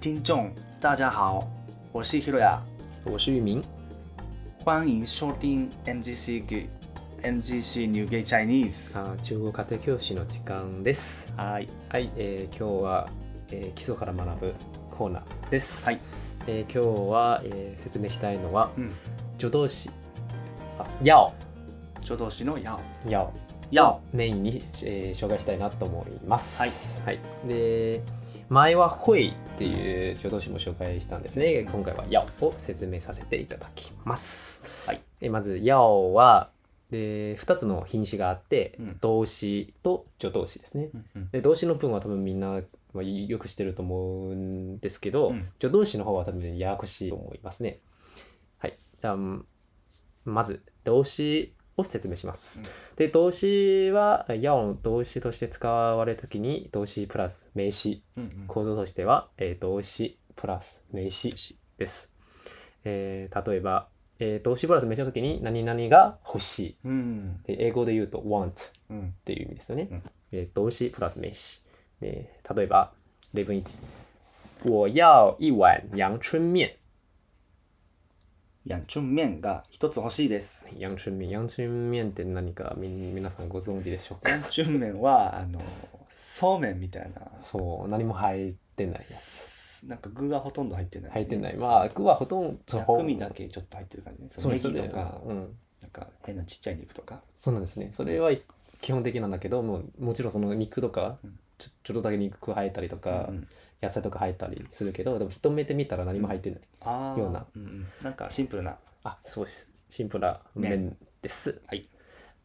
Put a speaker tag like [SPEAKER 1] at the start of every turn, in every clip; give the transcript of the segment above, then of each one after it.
[SPEAKER 1] 听众大家好，我是 Hiroya，
[SPEAKER 2] 我是玉明。
[SPEAKER 1] 欢迎收听 NGC 劇 NGC New Gay Chinese。
[SPEAKER 2] あー中国家庭教師の時間です。
[SPEAKER 1] はい。
[SPEAKER 2] はい、えー今日は、えー基礎から学ぶコーナーです。
[SPEAKER 1] はい。
[SPEAKER 2] えー今日は、えー説明したいのは
[SPEAKER 1] うん。
[SPEAKER 2] 助動詞。あ、やお。
[SPEAKER 1] 助動詞のや
[SPEAKER 2] やお。
[SPEAKER 1] お。やお。
[SPEAKER 2] メインに、えー紹介したいなと思います。はい。で、前はほいっていう助動詞も紹介したんですね。今回はやおを説明させていただきます。
[SPEAKER 1] はい。
[SPEAKER 2] えまず、やおは、で2つの品詞があって、
[SPEAKER 1] うん
[SPEAKER 2] 動詞と助動詞ですね。
[SPEAKER 1] うんうん
[SPEAKER 2] で動詞の文は多分みんな、まあ、よくしてると思うんですけど、
[SPEAKER 1] うん
[SPEAKER 2] 助動詞の方は多分ややこしいと思いますね。はい。じゃあ、うんまず動詞を説明します。
[SPEAKER 1] うん
[SPEAKER 2] で、動詞は、やをの動詞として使われるときに、動詞プラス名詞、
[SPEAKER 1] うんうん。
[SPEAKER 2] 構造としては、えー動詞プラス名詞です。えー例えば、えー動詞プラス名詞のときに、何々が欲しい。
[SPEAKER 1] うん。
[SPEAKER 2] で英語で言うと、want
[SPEAKER 1] うん。
[SPEAKER 2] っていう意味ですよね。
[SPEAKER 1] うん
[SPEAKER 2] えー動詞プラス名詞。で例えば、例文1。我要一碗阳春面。
[SPEAKER 1] ヤンチュン麺が一つ欲しいです。
[SPEAKER 2] 阳春面。阳春面って何かみ皆さんご存知でしょう
[SPEAKER 1] ヤ
[SPEAKER 2] か
[SPEAKER 1] ンチュン麺は、あの、そうめんみたいな。
[SPEAKER 2] そう、何も入ってないやつ。
[SPEAKER 1] なんか具がほとんど入ってない。
[SPEAKER 2] 入ってない。まあ、具はほとんど
[SPEAKER 1] 薬味だけちょっと入ってる感じです。
[SPEAKER 2] そ
[SPEAKER 1] ネ
[SPEAKER 2] れそ
[SPEAKER 1] ギ
[SPEAKER 2] れ
[SPEAKER 1] とか、
[SPEAKER 2] うん。
[SPEAKER 1] なんか変なちっちゃい肉とか。
[SPEAKER 2] そうなんですね。それは基本的なんだけど、もうもちろんその肉とか
[SPEAKER 1] うん、
[SPEAKER 2] ちょちょっとだけ肉入ったりとか、
[SPEAKER 1] うんうん
[SPEAKER 2] 野菜とか入ったりするけど、でも一目で見たら何も入ってない。
[SPEAKER 1] あー
[SPEAKER 2] ような
[SPEAKER 1] うんうん、なんかシンプルな。
[SPEAKER 2] あ、そうです。シンプルな麺です。
[SPEAKER 1] はい。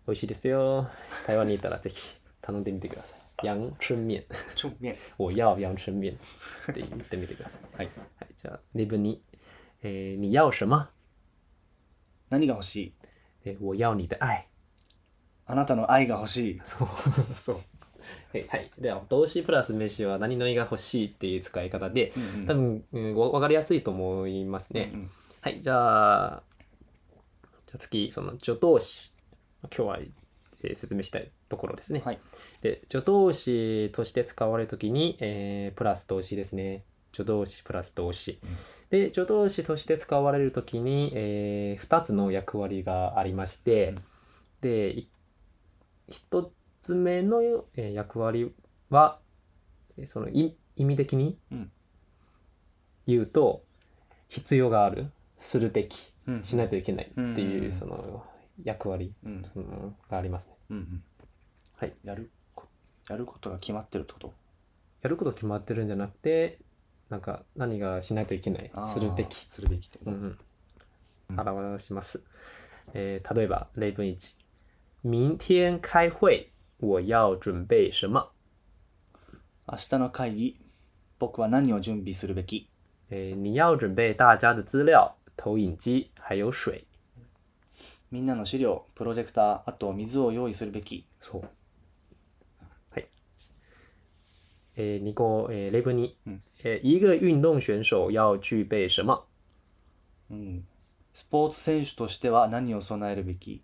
[SPEAKER 2] 美味しいですよ。台湾にいたらぜひ頼んでみてください。陽春 面。
[SPEAKER 1] チュン麺。
[SPEAKER 2] 我要阳春面って言ってみてください。
[SPEAKER 1] はい。
[SPEAKER 2] はい、じゃあ、例文に、えー、你要什么
[SPEAKER 1] 何が欲しい
[SPEAKER 2] えー我要你的愛。
[SPEAKER 1] あなたの愛が欲しい。
[SPEAKER 2] そう。 そう。はい、はい、では動詞プラス名詞は何々が欲しいっていう使い方で
[SPEAKER 1] うんうん
[SPEAKER 2] 多分、うん、わわかりやすいと思いますね。
[SPEAKER 1] うん
[SPEAKER 2] はい、じゃあ、じゃあ次、その助動詞。今日はえー説明したいところですね。
[SPEAKER 1] はい。
[SPEAKER 2] で、助動詞として使われるときに、えープラス動詞ですね。助動詞プラス動詞
[SPEAKER 1] うん。
[SPEAKER 2] で、助動詞として使われるときに、え2つの役割がありまして、
[SPEAKER 1] うん
[SPEAKER 2] で、1つ目の、えー役割は、えーそのい意味的に
[SPEAKER 1] うん
[SPEAKER 2] 言うと、必要がある、するべき、
[SPEAKER 1] うん
[SPEAKER 2] しないといけないって
[SPEAKER 1] うんうん
[SPEAKER 2] いうう、
[SPEAKER 1] ん
[SPEAKER 2] その役割、
[SPEAKER 1] うん
[SPEAKER 2] うんがありますね。
[SPEAKER 1] うんうん
[SPEAKER 2] はい。
[SPEAKER 1] やるこやることが決まってるってこと
[SPEAKER 2] やること決まってるんじゃなくてなんか何がしないといけない
[SPEAKER 1] あー
[SPEAKER 2] するべき、
[SPEAKER 1] するべきって
[SPEAKER 2] う
[SPEAKER 1] ね
[SPEAKER 2] んう
[SPEAKER 1] うん
[SPEAKER 2] ん、表します、えー例えば例文1明天開会我要準備什么、
[SPEAKER 1] 明日の会議僕は何を準備するべき
[SPEAKER 2] えー、你要准备大家的资料投影机还有水
[SPEAKER 1] みんなの資料プロジェクターあと水を用意するべき
[SPEAKER 2] そうはいえー、2個、えー、例文2、
[SPEAKER 1] うん
[SPEAKER 2] えー、一个运动选手要具备什么
[SPEAKER 1] うんスポーツ選手としては何を備えるべき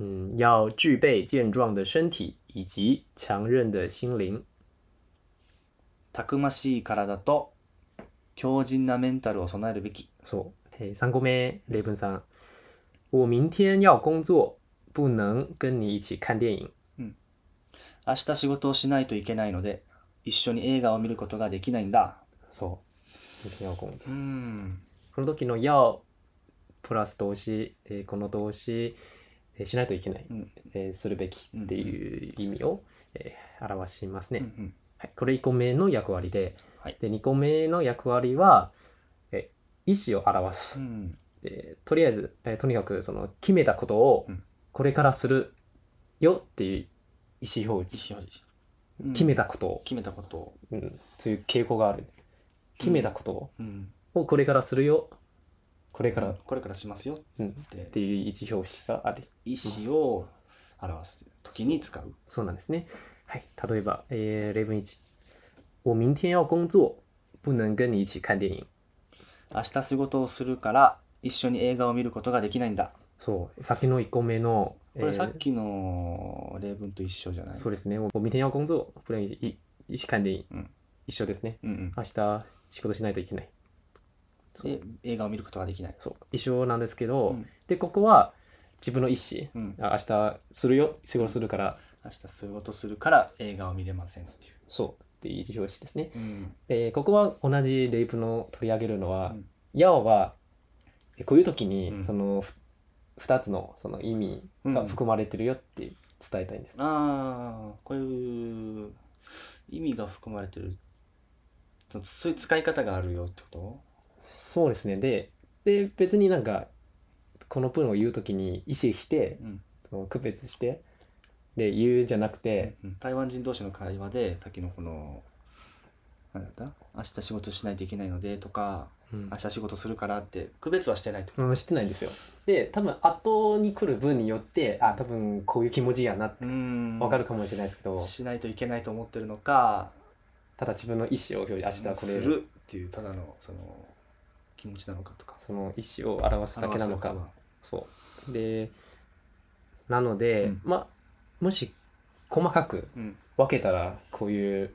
[SPEAKER 2] 嗯，要具备健壮的身体以及强韧的心灵。
[SPEAKER 1] たくましい体と強靭なメンタルを備えるべき
[SPEAKER 2] そう。诶，三公妹雷本三，我明天要工作，不能跟你一起看电影。
[SPEAKER 1] 明日仕事をしないといけないので一緒に映画を見ることができないんだ
[SPEAKER 2] そう。明天要工
[SPEAKER 1] う
[SPEAKER 2] 作。
[SPEAKER 1] ん
[SPEAKER 2] この時の要プラス動詞、えーこの動詞、えーしないといけない、
[SPEAKER 1] うん
[SPEAKER 2] えーするべきっていう意味を、えー表しますね。
[SPEAKER 1] うんうん
[SPEAKER 2] はい、これ1個目の役割で、
[SPEAKER 1] はい
[SPEAKER 2] で2個目の役割は、えー意思を表す。
[SPEAKER 1] うん
[SPEAKER 2] えーとりあえず、えーとにかくその決めたことを
[SPEAKER 1] うん
[SPEAKER 2] これからするよっていう意思表
[SPEAKER 1] 一
[SPEAKER 2] 示、
[SPEAKER 1] 緒うん
[SPEAKER 2] 決めたことを、
[SPEAKER 1] 決めたことを
[SPEAKER 2] うん、という傾向がある決めたことを,、
[SPEAKER 1] うん、
[SPEAKER 2] これからするよこれ
[SPEAKER 1] だ
[SPEAKER 2] か、
[SPEAKER 1] かららこれからしますよっ
[SPEAKER 2] うんってていう意思表示があり
[SPEAKER 1] 意思を表す時に使う。
[SPEAKER 2] そうなんですねはい例えば、えー例文1「我明天要工作不能跟你一起看电影
[SPEAKER 1] 明日仕事をするから一緒に映画を見ることができないんだ。」
[SPEAKER 2] そう先の1個目の「
[SPEAKER 1] これさ
[SPEAKER 2] えー
[SPEAKER 1] っきの例文と一緒じゃない
[SPEAKER 2] そうですね「我明天要工作不能一一起看电影」
[SPEAKER 1] うん
[SPEAKER 2] 一緒ですね
[SPEAKER 1] うんうん
[SPEAKER 2] 明日仕事しないといけないそう
[SPEAKER 1] で映画を見ることができない。
[SPEAKER 2] そう一緒なんですけど、
[SPEAKER 1] うん
[SPEAKER 2] でここは自分の意思
[SPEAKER 1] うん、
[SPEAKER 2] あ明日するよ仕事するから
[SPEAKER 1] 明日仕事するから映画を見れませんっていう。
[SPEAKER 2] そうっていう意思表示ですね
[SPEAKER 1] うん、
[SPEAKER 2] でここは同じレイプの取り上げるのは、
[SPEAKER 1] うん
[SPEAKER 2] ヤオはえこういう時
[SPEAKER 1] う
[SPEAKER 2] に
[SPEAKER 1] ん
[SPEAKER 2] その2つのその意味が含まれてるよって伝えたいんです、
[SPEAKER 1] ああこういう意味が含まれてるそういう使い方があるよってこ
[SPEAKER 2] そうですねでで別になんかこの文を言う時に意識して
[SPEAKER 1] と、うん
[SPEAKER 2] その区別してで言うじゃなくて、
[SPEAKER 1] うん台湾人同士の会話でさっきのこのなんだった明日仕事しないといけないのでとか
[SPEAKER 2] うん
[SPEAKER 1] 明日仕事するからって区別はしてないってこと
[SPEAKER 2] うんしてないんですよで多分後に来る文によってあ多分こういう気持ちやなって
[SPEAKER 1] うーん
[SPEAKER 2] わかるかもしれないですけど、
[SPEAKER 1] しないといけないと思ってるのか
[SPEAKER 2] ただ自分の意思を表示明日これ
[SPEAKER 1] するっていうただのその気持ちなのかとか
[SPEAKER 2] その意思を表すだけなのか
[SPEAKER 1] 表
[SPEAKER 2] そうでなので、
[SPEAKER 1] うん
[SPEAKER 2] まあもし細かく
[SPEAKER 1] すうん
[SPEAKER 2] 分けたらこういう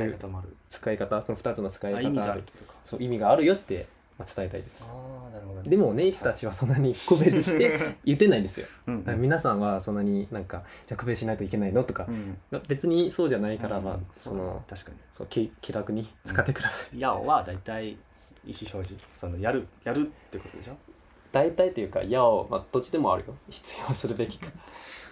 [SPEAKER 1] 使
[SPEAKER 2] う
[SPEAKER 1] い
[SPEAKER 2] い
[SPEAKER 1] う方もある
[SPEAKER 2] 使い方この2つの使い
[SPEAKER 1] あ
[SPEAKER 2] 方
[SPEAKER 1] 意味があるってことか
[SPEAKER 2] そう意味があるよってまあ伝えたいです
[SPEAKER 1] ああなるほどね
[SPEAKER 2] でもネイティブたちはそん なに区別して言ってないんですよ
[SPEAKER 1] うん
[SPEAKER 2] だから皆さんはそんなになんかじゃあ区別しないといけないのとか
[SPEAKER 1] う、ん
[SPEAKER 2] 別にそうじゃないから、
[SPEAKER 1] うん
[SPEAKER 2] まあ
[SPEAKER 1] そ
[SPEAKER 2] そうの
[SPEAKER 1] 確か
[SPEAKER 2] そう気気楽に使ってください、
[SPEAKER 1] にやおは大体意思表示そのやるやるってことでしょ
[SPEAKER 2] 大体というか「やを」まあどっちでもあるよ必要するべきか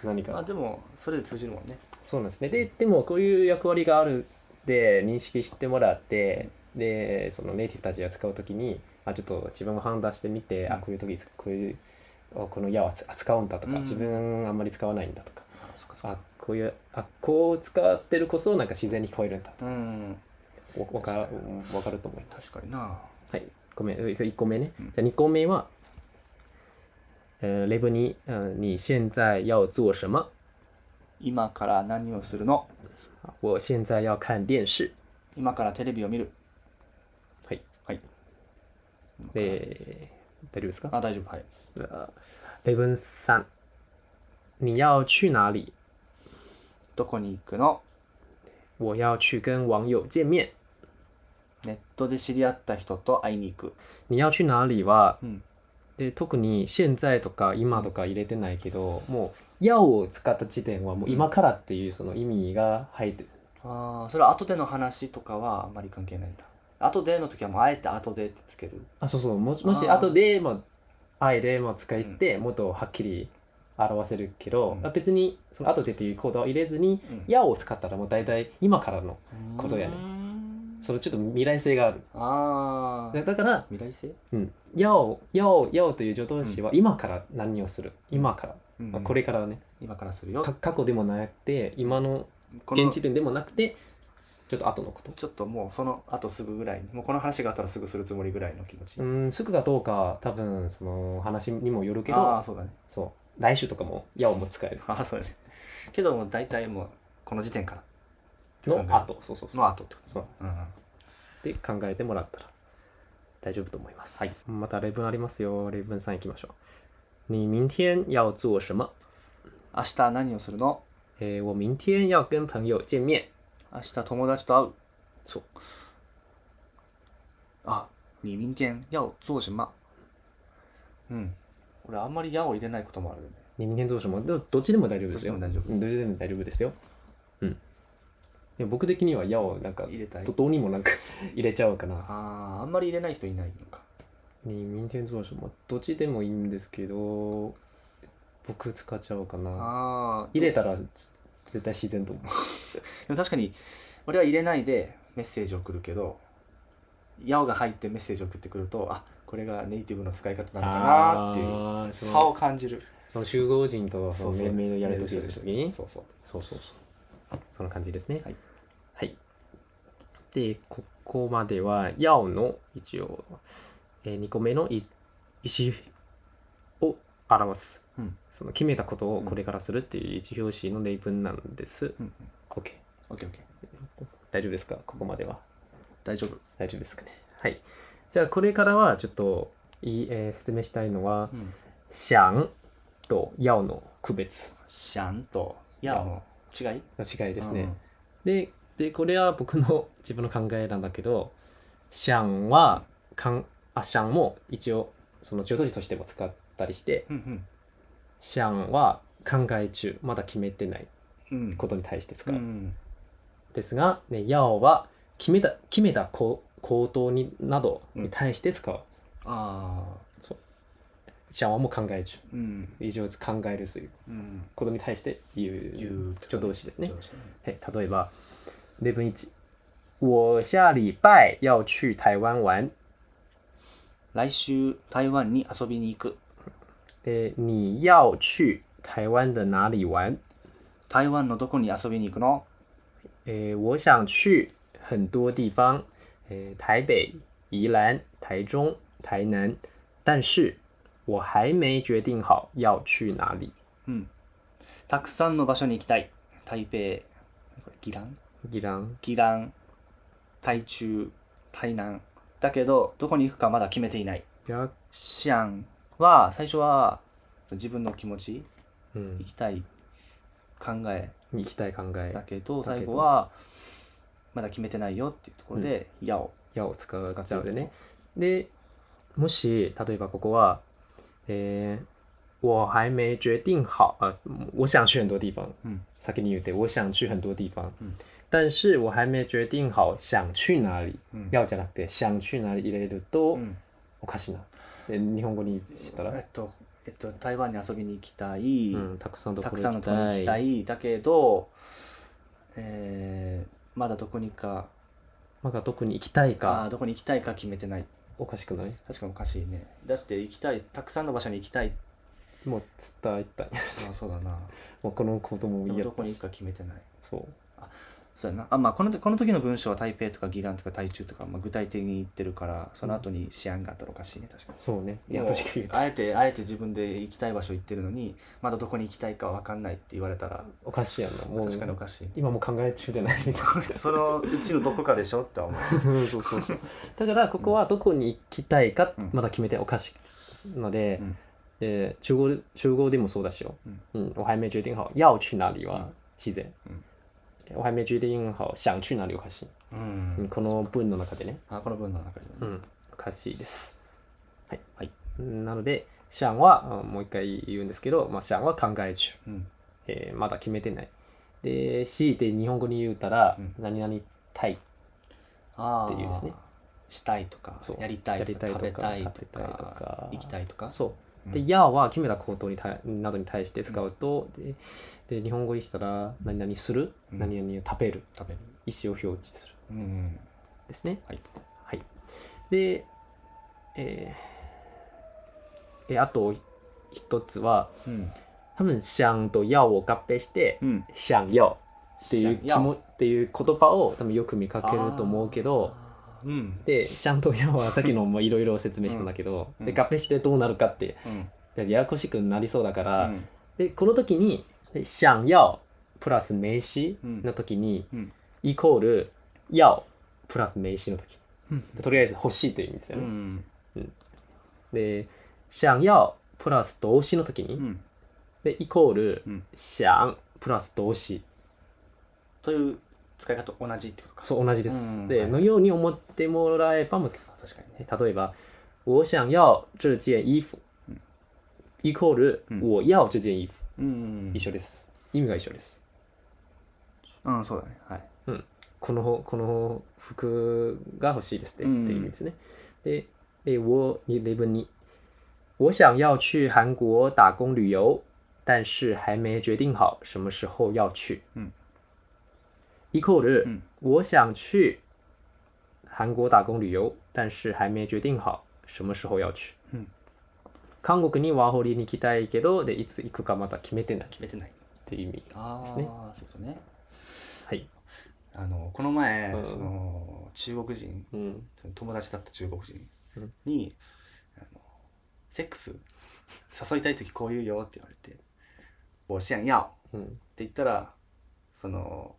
[SPEAKER 2] 何か
[SPEAKER 1] まあでもそれで通じるもんね
[SPEAKER 2] そうなんですねででもこういう役割があるで認識してもらってでそのネイティブたちが使う時にあちょっと自分も判断してみて、あ
[SPEAKER 1] うん
[SPEAKER 2] こういう時こういうあこの「矢は扱うんだとか、
[SPEAKER 1] うん
[SPEAKER 2] 自分あんまり使わないんだとか
[SPEAKER 1] あそっかそっ
[SPEAKER 2] あ
[SPEAKER 1] か
[SPEAKER 2] こういうあこう使ってるこそなんか自然に聞こえるんだと
[SPEAKER 1] うん
[SPEAKER 2] わわか
[SPEAKER 1] 確か
[SPEAKER 2] わかると思います。
[SPEAKER 1] 確かにな
[SPEAKER 2] はい、ごめん、1個目ね。
[SPEAKER 1] うん
[SPEAKER 2] じゃあ2個目は、えーレブに、うん你现在要做什么？
[SPEAKER 1] 今から何をするの
[SPEAKER 2] 我现在要看电视。
[SPEAKER 1] 今からテレビを見る
[SPEAKER 2] はい。
[SPEAKER 1] はい
[SPEAKER 2] で、大丈夫ですか
[SPEAKER 1] あ大丈夫はい
[SPEAKER 2] 呃レブンさん、你要去哪里？
[SPEAKER 1] どこに行くの
[SPEAKER 2] 我要去跟网友见面。
[SPEAKER 1] ネットで知り合った人と会いに行く
[SPEAKER 2] 你要去哪里は、
[SPEAKER 1] うん
[SPEAKER 2] で特に現在とか今とか入れてないけど、もう要を使った時点はもう今からっていうその意味が入ってる。
[SPEAKER 1] ああそれは後での話とかはあんまり関係ないんだ後での時はもうあえて後でってつける
[SPEAKER 2] あそうそうもしもし
[SPEAKER 1] あー
[SPEAKER 2] 後でも愛でも使って、もっとはっきり表せるけど、
[SPEAKER 1] うん
[SPEAKER 2] 別にその後でっていうコードを入れずに
[SPEAKER 1] うん
[SPEAKER 2] 「や」を使ったらもう大体今からのことやね
[SPEAKER 1] ね
[SPEAKER 2] そのちょっと未来性がある
[SPEAKER 1] あ
[SPEAKER 2] だ
[SPEAKER 1] あ
[SPEAKER 2] だから
[SPEAKER 1] 未来性
[SPEAKER 2] 「うん、や」を「や」を「や」をという助動詞は今から何をする今から、
[SPEAKER 1] うん
[SPEAKER 2] まあこれからね
[SPEAKER 1] 今からするよ
[SPEAKER 2] か過去でもなくて今の
[SPEAKER 1] この
[SPEAKER 2] 現地点でもなくてちょっと後のこと
[SPEAKER 1] ちょっともうその後すぐぐらいにもうこの話があったらすぐするつもりぐらいの気持ち、
[SPEAKER 2] うんすぐかどうか多分その話にもよるけ
[SPEAKER 1] あ
[SPEAKER 2] ど
[SPEAKER 1] あそうだね
[SPEAKER 2] そう来週とかも「や」をも使える
[SPEAKER 1] ああそうだねけどもう大体もうこの時点から
[SPEAKER 2] の
[SPEAKER 1] 考える
[SPEAKER 2] 後そうそうそう
[SPEAKER 1] の後ってこと
[SPEAKER 2] そう
[SPEAKER 1] うんうん
[SPEAKER 2] で考えてもらったら大丈夫と思います。
[SPEAKER 1] はい、
[SPEAKER 2] また例文ありますよ。例文さん行きましょう。你明天要做什么？
[SPEAKER 1] 明日何をするの
[SPEAKER 2] えー、我明天要跟朋友见面。
[SPEAKER 1] 明日友達と会う
[SPEAKER 2] そう。
[SPEAKER 1] あ你明天要做什么うん俺あんまり「や」を入れないこともあるよね
[SPEAKER 2] 你明天做什么？どどっちでも大丈夫ですよ。
[SPEAKER 1] どっちでも大丈夫
[SPEAKER 2] うんどっちでも大丈夫ですよ。うん。でも僕的にはやをなんか
[SPEAKER 1] 入れたい
[SPEAKER 2] どどうにもなんか入れちゃうかな。
[SPEAKER 1] あああんまり入れない人いないのか
[SPEAKER 2] 你明天做什么？どっちでもいいんですけど、僕使っちゃおうかな。
[SPEAKER 1] ああ
[SPEAKER 2] 入れたら絶対自然と思う。
[SPEAKER 1] でも確かに俺は入れないでメッセージを送るけど「やお」が入ってメッセージを送ってくるとあこれがネイティブの使い方なのかなっていう
[SPEAKER 2] あーそう
[SPEAKER 1] 差を感じる
[SPEAKER 2] その集合人とその
[SPEAKER 1] そうそう
[SPEAKER 2] 命名のやり取りを
[SPEAKER 1] メールし
[SPEAKER 2] する
[SPEAKER 1] て
[SPEAKER 2] と
[SPEAKER 1] る
[SPEAKER 2] きに
[SPEAKER 1] そうそう
[SPEAKER 2] そうそうそうその感じですね
[SPEAKER 1] はい、
[SPEAKER 2] はいでここまでは「やお」の一応、え2個目のい意思を表す
[SPEAKER 1] うん
[SPEAKER 2] その決めたことをこれからするっていう一表紙の例文なんです、
[SPEAKER 1] うん、
[SPEAKER 2] OK
[SPEAKER 1] オッケーオッケー
[SPEAKER 2] 大丈夫ですかここまでは
[SPEAKER 1] 大丈夫
[SPEAKER 2] 大丈夫ですかねはいじゃあこれからはちょっといい、えー説明したいのは
[SPEAKER 1] うん
[SPEAKER 2] 「想」と「やお」の区別
[SPEAKER 1] シャンとヤオの違い
[SPEAKER 2] の違いですね、
[SPEAKER 1] うん
[SPEAKER 2] ででこれは僕の自分の考えなんだけどシャンはかんあシャンも一応その助動詞としても使ったりして
[SPEAKER 1] うん
[SPEAKER 2] シャンは考え中まだ決めてない
[SPEAKER 1] うんうん
[SPEAKER 2] ことに対して使
[SPEAKER 1] う
[SPEAKER 2] う、
[SPEAKER 1] ん
[SPEAKER 2] ですが、ね、ヤオは決めた決めたこ行動になどに対して使う、
[SPEAKER 1] ああ
[SPEAKER 2] シャンはもう考え中
[SPEAKER 1] うん
[SPEAKER 2] 以上考えるという
[SPEAKER 1] うん
[SPEAKER 2] ことに対して言
[SPEAKER 1] 言
[SPEAKER 2] う
[SPEAKER 1] う
[SPEAKER 2] 助動詞ですね
[SPEAKER 1] 助動詞
[SPEAKER 2] はい例えば例文1我下礼拜要去台湾玩。
[SPEAKER 1] 来週台湾に遊びに行く
[SPEAKER 2] えー、呃你要去台湾的哪里玩？
[SPEAKER 1] 台湾のどこに遊びに行くの
[SPEAKER 2] 诶，呃我想去很多地方，诶，台北、宜兰、台中、台南，但是我还没决定好要去哪里。
[SPEAKER 1] うんたくさんの場所に行きたい台北これ宜蘭
[SPEAKER 2] 宜兰，
[SPEAKER 1] 宜蘭台中台南だけどどこに行くかまだ決めていない
[SPEAKER 2] 然后，
[SPEAKER 1] シアンは最初は自分の気持ち
[SPEAKER 2] 嗯
[SPEAKER 1] 行，きたい考え
[SPEAKER 2] 行きたい考え
[SPEAKER 1] だけど
[SPEAKER 2] だけど
[SPEAKER 1] 最後はまだ決めてないよっていうところで「やを
[SPEAKER 2] 要使う
[SPEAKER 1] 使っ
[SPEAKER 2] ち
[SPEAKER 1] ち
[SPEAKER 2] ゃ
[SPEAKER 1] ゃ
[SPEAKER 2] う
[SPEAKER 1] う
[SPEAKER 2] でね。で、もし例えばここは、えー、我还没决定好，呃，我想去很多地方。
[SPEAKER 1] うん
[SPEAKER 2] 先に言って、我想去很多地方
[SPEAKER 1] うん。
[SPEAKER 2] 但是我还没决定好想去哪里。
[SPEAKER 1] うん
[SPEAKER 2] 要じゃなくて、想去哪里入れると
[SPEAKER 1] うん
[SPEAKER 2] おかしいな。で日本語にしたら、
[SPEAKER 1] えっとえっと台湾に遊びに行きたい、
[SPEAKER 2] うん、たくさんのと
[SPEAKER 1] た
[SPEAKER 2] こ
[SPEAKER 1] く
[SPEAKER 2] ろ
[SPEAKER 1] さん
[SPEAKER 2] 行
[SPEAKER 1] の
[SPEAKER 2] き
[SPEAKER 1] ところに
[SPEAKER 2] た
[SPEAKER 1] 行きた
[SPEAKER 2] い。
[SPEAKER 1] いだけど、えーまだどこにか
[SPEAKER 2] まあ、どこに行きた
[SPEAKER 1] あ
[SPEAKER 2] い
[SPEAKER 1] ー
[SPEAKER 2] か、
[SPEAKER 1] どこに行きたいか決めてない
[SPEAKER 2] おかしくない
[SPEAKER 1] 確かにおかしいねだって行きたいたくさんの場所に行きたい
[SPEAKER 2] もう伝えたい。
[SPEAKER 1] あそうだな
[SPEAKER 2] もうこの子供
[SPEAKER 1] で
[SPEAKER 2] も
[SPEAKER 1] も
[SPEAKER 2] 嫌
[SPEAKER 1] ど
[SPEAKER 2] だ
[SPEAKER 1] こに行くか決めてない
[SPEAKER 2] そう。
[SPEAKER 1] そうやなあまあこの時この時の文章は台北とか宜蘭とか台中とか、まあ、具体的に言ってるからその後に思案があったらおかしいね確かに。
[SPEAKER 2] そうね。いや、
[SPEAKER 1] もう
[SPEAKER 2] 確かに
[SPEAKER 1] あえてあえて自分で行きたい場所行ってるのにまだどこに行きたいか分かんないって言われたら
[SPEAKER 2] おかしいやんな。もう
[SPEAKER 1] 確かにおかしい。
[SPEAKER 2] 今もう考え中じゃないみたい
[SPEAKER 1] そのうちのどこかでしょって思う。
[SPEAKER 2] なそうそうそうだからここはどこに行きたいか
[SPEAKER 1] うん
[SPEAKER 2] まだ決めておかしいので、
[SPEAKER 1] うん
[SPEAKER 2] で中国中国でもそうだしよ、
[SPEAKER 1] うん
[SPEAKER 2] うん、我还没决定好要去哪里は自然、
[SPEAKER 1] うん
[SPEAKER 2] 我还没决定好想去哪里おかしい、
[SPEAKER 1] うん
[SPEAKER 2] うんこの文の中でね、
[SPEAKER 1] あこの文の中で、ね
[SPEAKER 2] うん、おかしいです。はい。
[SPEAKER 1] はい
[SPEAKER 2] なので、シャンは、あもう一回言うんですけど、まあ、シャンは考え中、
[SPEAKER 1] うん
[SPEAKER 2] えーまだ決めてない。で、強いて日本語に言うたら、
[SPEAKER 1] うん
[SPEAKER 2] 何々たい、
[SPEAKER 1] あー
[SPEAKER 2] っていうですね
[SPEAKER 1] したいとか
[SPEAKER 2] そう
[SPEAKER 1] やりたいとか
[SPEAKER 2] や
[SPEAKER 1] 食べ
[SPEAKER 2] り
[SPEAKER 1] た
[SPEAKER 2] たい
[SPEAKER 1] い
[SPEAKER 2] と
[SPEAKER 1] と
[SPEAKER 2] か
[SPEAKER 1] か
[SPEAKER 2] 食べたいとか
[SPEAKER 1] 行きたいとか
[SPEAKER 2] そう。
[SPEAKER 1] う
[SPEAKER 2] で、
[SPEAKER 1] ん
[SPEAKER 2] やは決めた行動に対などに対して使うと、でで日本語にしたら、何々する、
[SPEAKER 1] うん
[SPEAKER 2] 何々を食べる、
[SPEAKER 1] 食べる。
[SPEAKER 2] 意思を表示する。
[SPEAKER 1] うん
[SPEAKER 2] ですね。
[SPEAKER 1] はい。
[SPEAKER 2] はい、で、えーえーあと一つは、
[SPEAKER 1] うん
[SPEAKER 2] 多分、シャンとヤオを合併して
[SPEAKER 1] う、ん、
[SPEAKER 2] シャンヤオっていう気
[SPEAKER 1] 想要
[SPEAKER 2] もっていう言葉を多分よく見かけると思うけど、
[SPEAKER 1] あーうん
[SPEAKER 2] で、シャンとヤオはさっきのもいろいろ説明したんだけど、
[SPEAKER 1] うん
[SPEAKER 2] で
[SPEAKER 1] うん
[SPEAKER 2] 合併してどうなるかって、
[SPEAKER 1] うん
[SPEAKER 2] ややこしくなりそうだから、
[SPEAKER 1] うん
[SPEAKER 2] で、この時に、でシャンヤオプラス名詞の時に、
[SPEAKER 1] うん
[SPEAKER 2] イコールヤオプラス名詞の時
[SPEAKER 1] うん
[SPEAKER 2] でとりあえず欲しいという意味ですよ
[SPEAKER 1] う
[SPEAKER 2] ね。
[SPEAKER 1] ん
[SPEAKER 2] で、想要プラス動詞の時に、
[SPEAKER 1] うん
[SPEAKER 2] で、イコール
[SPEAKER 1] うん、
[SPEAKER 2] 想プラス動詞。
[SPEAKER 1] という使い方と同じってことか
[SPEAKER 2] そう、同じです。
[SPEAKER 1] うん
[SPEAKER 2] で、
[SPEAKER 1] はい
[SPEAKER 2] のように思ってもらえばもう、
[SPEAKER 1] 確かにね
[SPEAKER 2] 例えば、我想要这件衣服
[SPEAKER 1] うん。
[SPEAKER 2] イコール、
[SPEAKER 1] うん
[SPEAKER 2] 我要这件衣服。
[SPEAKER 1] うん
[SPEAKER 2] 一緒です。意味が一緒です。
[SPEAKER 1] うんそうだねはい
[SPEAKER 2] この、この服が欲しいですって、
[SPEAKER 1] うん
[SPEAKER 2] っていう意味ですね。で、で、我、你例文に、我想要去韩国打工旅游，但是还没决定好什么时候要去。
[SPEAKER 1] 嗯，
[SPEAKER 2] イコール、
[SPEAKER 1] うん
[SPEAKER 2] 我想去韩国打工旅游，但是还没决定好什么时候要去。
[SPEAKER 1] うん
[SPEAKER 2] 韓国にワーホリに行きたいけど、でいつ行くかまだ決めてないっ
[SPEAKER 1] 決めてない
[SPEAKER 2] ていう意味。
[SPEAKER 1] ああ
[SPEAKER 2] です
[SPEAKER 1] そういう
[SPEAKER 2] ね
[SPEAKER 1] ことね
[SPEAKER 2] はい。
[SPEAKER 1] あのこの前
[SPEAKER 2] うん
[SPEAKER 1] その中国人
[SPEAKER 2] うん。
[SPEAKER 1] その友達だった中国人
[SPEAKER 2] うん
[SPEAKER 1] にあの「セックス誘いたい時こう言うよ」って言われて「我想要」っ
[SPEAKER 2] うん、
[SPEAKER 1] て言ったらその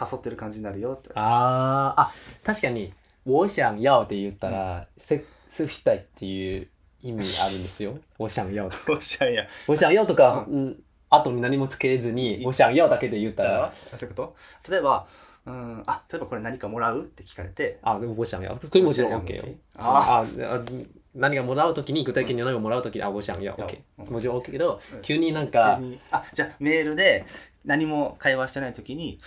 [SPEAKER 1] 誘ってる感じになるよって言われて
[SPEAKER 2] あーあ、確かに、我想要って言ったら、セックスしたい っていう意味あるんですよ。我想要。
[SPEAKER 1] 我想要
[SPEAKER 2] 我想要とか、うん、後に何もつけずに、我想要だけで言ったら、
[SPEAKER 1] そういうこと例えば、うん、あ、例えばこれ何かもらうって聞かれて、
[SPEAKER 2] あ、我想要。それもちろん OK よ。
[SPEAKER 1] あ
[SPEAKER 2] ああ何がもらうときに、具体的に何をもらうときに、あ、我想要 OK。もちろん OK けど
[SPEAKER 1] う、ん
[SPEAKER 2] 急になん
[SPEAKER 1] あ
[SPEAKER 2] か、
[SPEAKER 1] あ、じゃあメールで何も会話してない時に、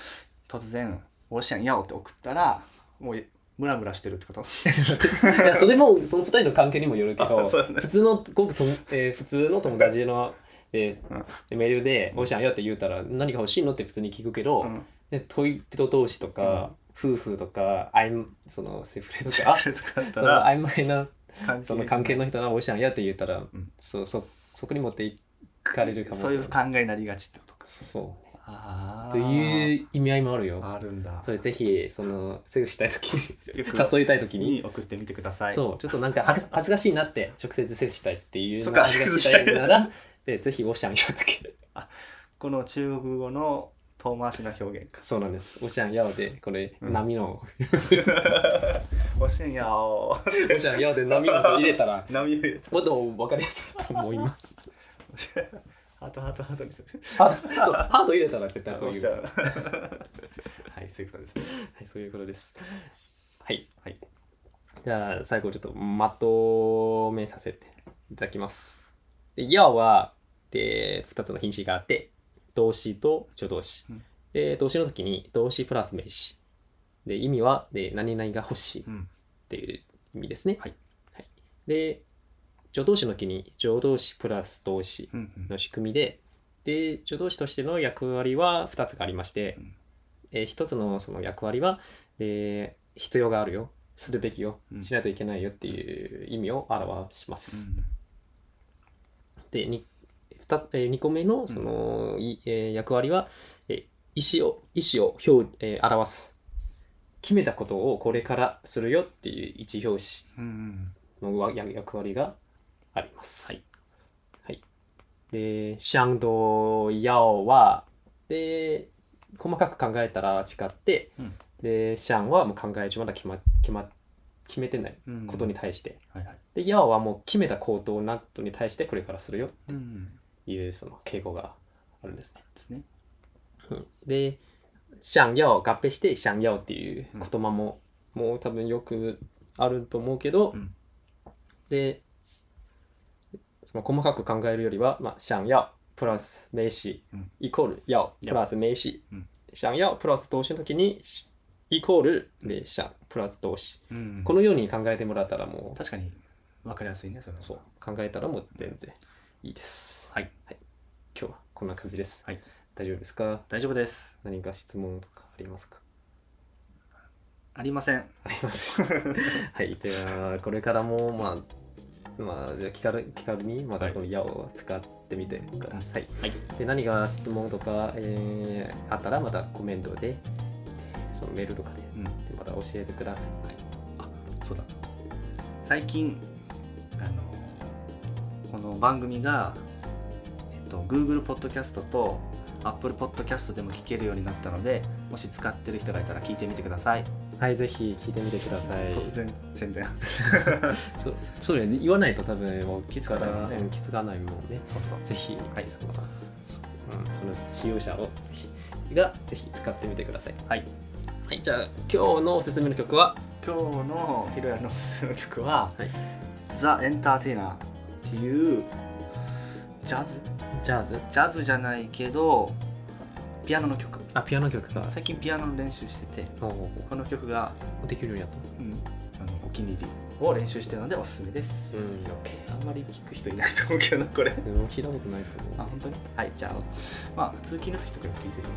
[SPEAKER 1] 突然、我想要って送ったら、もうムラムラしてるってこと
[SPEAKER 2] いやそれもその二人の関係にもよるけど、
[SPEAKER 1] あそうだね
[SPEAKER 2] 普通のごくとも、えー普通の友達の、えーメールで「おしゃんよ」って言うたら何が欲しいのって普通に聞くけど、
[SPEAKER 1] うん
[SPEAKER 2] で恋人同士とか、夫婦とかあいそのセフレとか
[SPEAKER 1] とかだった
[SPEAKER 2] その
[SPEAKER 1] ら、
[SPEAKER 2] 曖昧な
[SPEAKER 1] 関
[SPEAKER 2] その関係の人が「おしゃんよ」って言ったら、
[SPEAKER 1] ん
[SPEAKER 2] そそそこに持っていかれるかもし
[SPEAKER 1] そう
[SPEAKER 2] れ
[SPEAKER 1] い
[SPEAKER 2] な
[SPEAKER 1] う
[SPEAKER 2] い。
[SPEAKER 1] 考えになりがちってことか。
[SPEAKER 2] そうね
[SPEAKER 1] あー
[SPEAKER 2] という意味合いもあるよ。
[SPEAKER 1] あるんだ
[SPEAKER 2] そ。れぜひそのセグしたい時に
[SPEAKER 1] よく
[SPEAKER 2] 誘いたい時に
[SPEAKER 1] に送ってみてください。
[SPEAKER 2] そう、ちょっとなんかは ず恥ずかしいなって、直接接したいっていう
[SPEAKER 1] そ
[SPEAKER 2] の
[SPEAKER 1] っ
[SPEAKER 2] が
[SPEAKER 1] か
[SPEAKER 2] 恥ずかしいなら、で、ぜひオシャンヤオだけ。
[SPEAKER 1] この中国語の遠回しな表現か。
[SPEAKER 2] そうなんです。オシャンヤオで、これ、
[SPEAKER 1] うん
[SPEAKER 2] 波の、
[SPEAKER 1] 我想要。
[SPEAKER 2] オシャンヤオで波のそう入れたら、
[SPEAKER 1] 波打
[SPEAKER 2] もっと分かりやすいと思います。
[SPEAKER 1] ハートハートハートにする。
[SPEAKER 2] ハードそうハード入れたら絶対そういう、は
[SPEAKER 1] はい、そういうことですね。
[SPEAKER 2] い、そういうことです。はい。
[SPEAKER 1] はい。
[SPEAKER 2] じゃあ、最後ちょっとまとめさせていただきます。で、ヤオは、で、2つの品詞があって、動詞と助動詞
[SPEAKER 1] うん。
[SPEAKER 2] で、動詞の時に動詞プラス名詞。で、意味は、で、何々が欲しいっ
[SPEAKER 1] うん。
[SPEAKER 2] ていう意味ですね。
[SPEAKER 1] はい
[SPEAKER 2] はい。で、助動詞の時に助動詞プラス動詞
[SPEAKER 1] うんうん。
[SPEAKER 2] の仕組みで、で、助動詞としての役割は2つがありまして
[SPEAKER 1] うん、
[SPEAKER 2] えー、1つのその役割は、で、必要があるよ、するべきよ
[SPEAKER 1] う、ん
[SPEAKER 2] しないといけないよっていう意味を表します。で、に二つえー二個目のその、いえー役割は、えー意思を意思を表、えー表す。決めたことをこれからするよっていう一表
[SPEAKER 1] う
[SPEAKER 2] 紙
[SPEAKER 1] んうん。
[SPEAKER 2] のわ役役割があります。
[SPEAKER 1] はい。
[SPEAKER 2] はい、で、想と要は、で、細かく考えたら違って、
[SPEAKER 1] うん
[SPEAKER 2] で、想はもう考え中まだ決ま決ま決めてない
[SPEAKER 1] うんうん
[SPEAKER 2] ことに。対して、
[SPEAKER 1] はいはい。
[SPEAKER 2] で、要はもう決めた行動などに対してこれからするよ
[SPEAKER 1] うんうん。
[SPEAKER 2] いうその敬語があるんですね。
[SPEAKER 1] ですね。
[SPEAKER 2] うん、で、想要合併して想要っていう言葉も、もう多分よくあると思うけど、
[SPEAKER 1] うん
[SPEAKER 2] で、その細かく考えるよりは、まあ、想要プラス名詞、
[SPEAKER 1] うん
[SPEAKER 2] イコール要プラス名詞
[SPEAKER 1] うん、
[SPEAKER 2] 想要プラス動詞の時にしイコールで想プラス動詞。
[SPEAKER 1] うん
[SPEAKER 2] このように考えてもらったらもう、
[SPEAKER 1] 確かに分かりやすいね、それは
[SPEAKER 2] そう考えたらもう全然いいです。
[SPEAKER 1] はい。
[SPEAKER 2] 今日はこんな感じです。
[SPEAKER 1] はい
[SPEAKER 2] 大丈夫ですか
[SPEAKER 1] 大丈夫です。
[SPEAKER 2] 何か質問とかありますか
[SPEAKER 1] ありません。
[SPEAKER 2] あります。はい、ではこれからも、まあ、まあ、じゃあ気軽気軽にまたこの矢を使ってみてください。
[SPEAKER 1] はい。
[SPEAKER 2] で何か質問とか、えーあったらまたコメントで、そのメールとかで
[SPEAKER 1] うん。
[SPEAKER 2] でまた教えてください。
[SPEAKER 1] そうだ最近あのこの番組が、えっと、Google ポッドキャストと Apple ポッドキャストでも聞けるようになったのでもし使ってる人がいたら聞いてみてください、
[SPEAKER 2] はい、ぜひ聞いてみてください。
[SPEAKER 1] 突然宣伝
[SPEAKER 2] そそうよね、言わないと多分もう気づか
[SPEAKER 1] そうだ
[SPEAKER 2] ない、
[SPEAKER 1] ね
[SPEAKER 2] うん気づかないもんね。
[SPEAKER 1] そうそう
[SPEAKER 2] ぜひ、
[SPEAKER 1] はい
[SPEAKER 2] そのそうんその使用者をぜひがぜひ使ってみてください。
[SPEAKER 1] はい
[SPEAKER 2] はい、じゃあ今日のおすすめの曲は
[SPEAKER 1] 今日のひろやのおすすめの曲は
[SPEAKER 2] はい
[SPEAKER 1] 「ザ・エンターテイナー」っていうジャズ
[SPEAKER 2] ジャズ
[SPEAKER 1] ジャズじゃないけどピアノの曲
[SPEAKER 2] あピアノ曲が
[SPEAKER 1] 最近ピアノの練習してて
[SPEAKER 2] おお
[SPEAKER 1] この曲が、
[SPEAKER 2] できるようになった。
[SPEAKER 1] うん、あのお気に入りを練習してるのでおすすめです、
[SPEAKER 2] うん、オッケ
[SPEAKER 1] あんまり聞く人いないと思うけどなこれ
[SPEAKER 2] ー。でも聞いたことないと
[SPEAKER 1] あ
[SPEAKER 2] 思う。
[SPEAKER 1] 本当にはいじゃあまあ通勤の時とかに聞いてる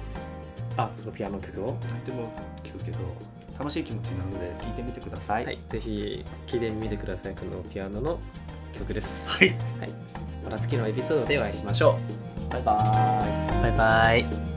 [SPEAKER 2] あそのピアノ曲を
[SPEAKER 1] でも聞くけど楽しい気持ちになるので聞いてみてください
[SPEAKER 2] はい、ぜひ聴いてみてください。このピアノの曲です。
[SPEAKER 1] はい、
[SPEAKER 2] また次のエピソードでお会いしましょ
[SPEAKER 1] バイバーイ
[SPEAKER 2] う。バイバイ。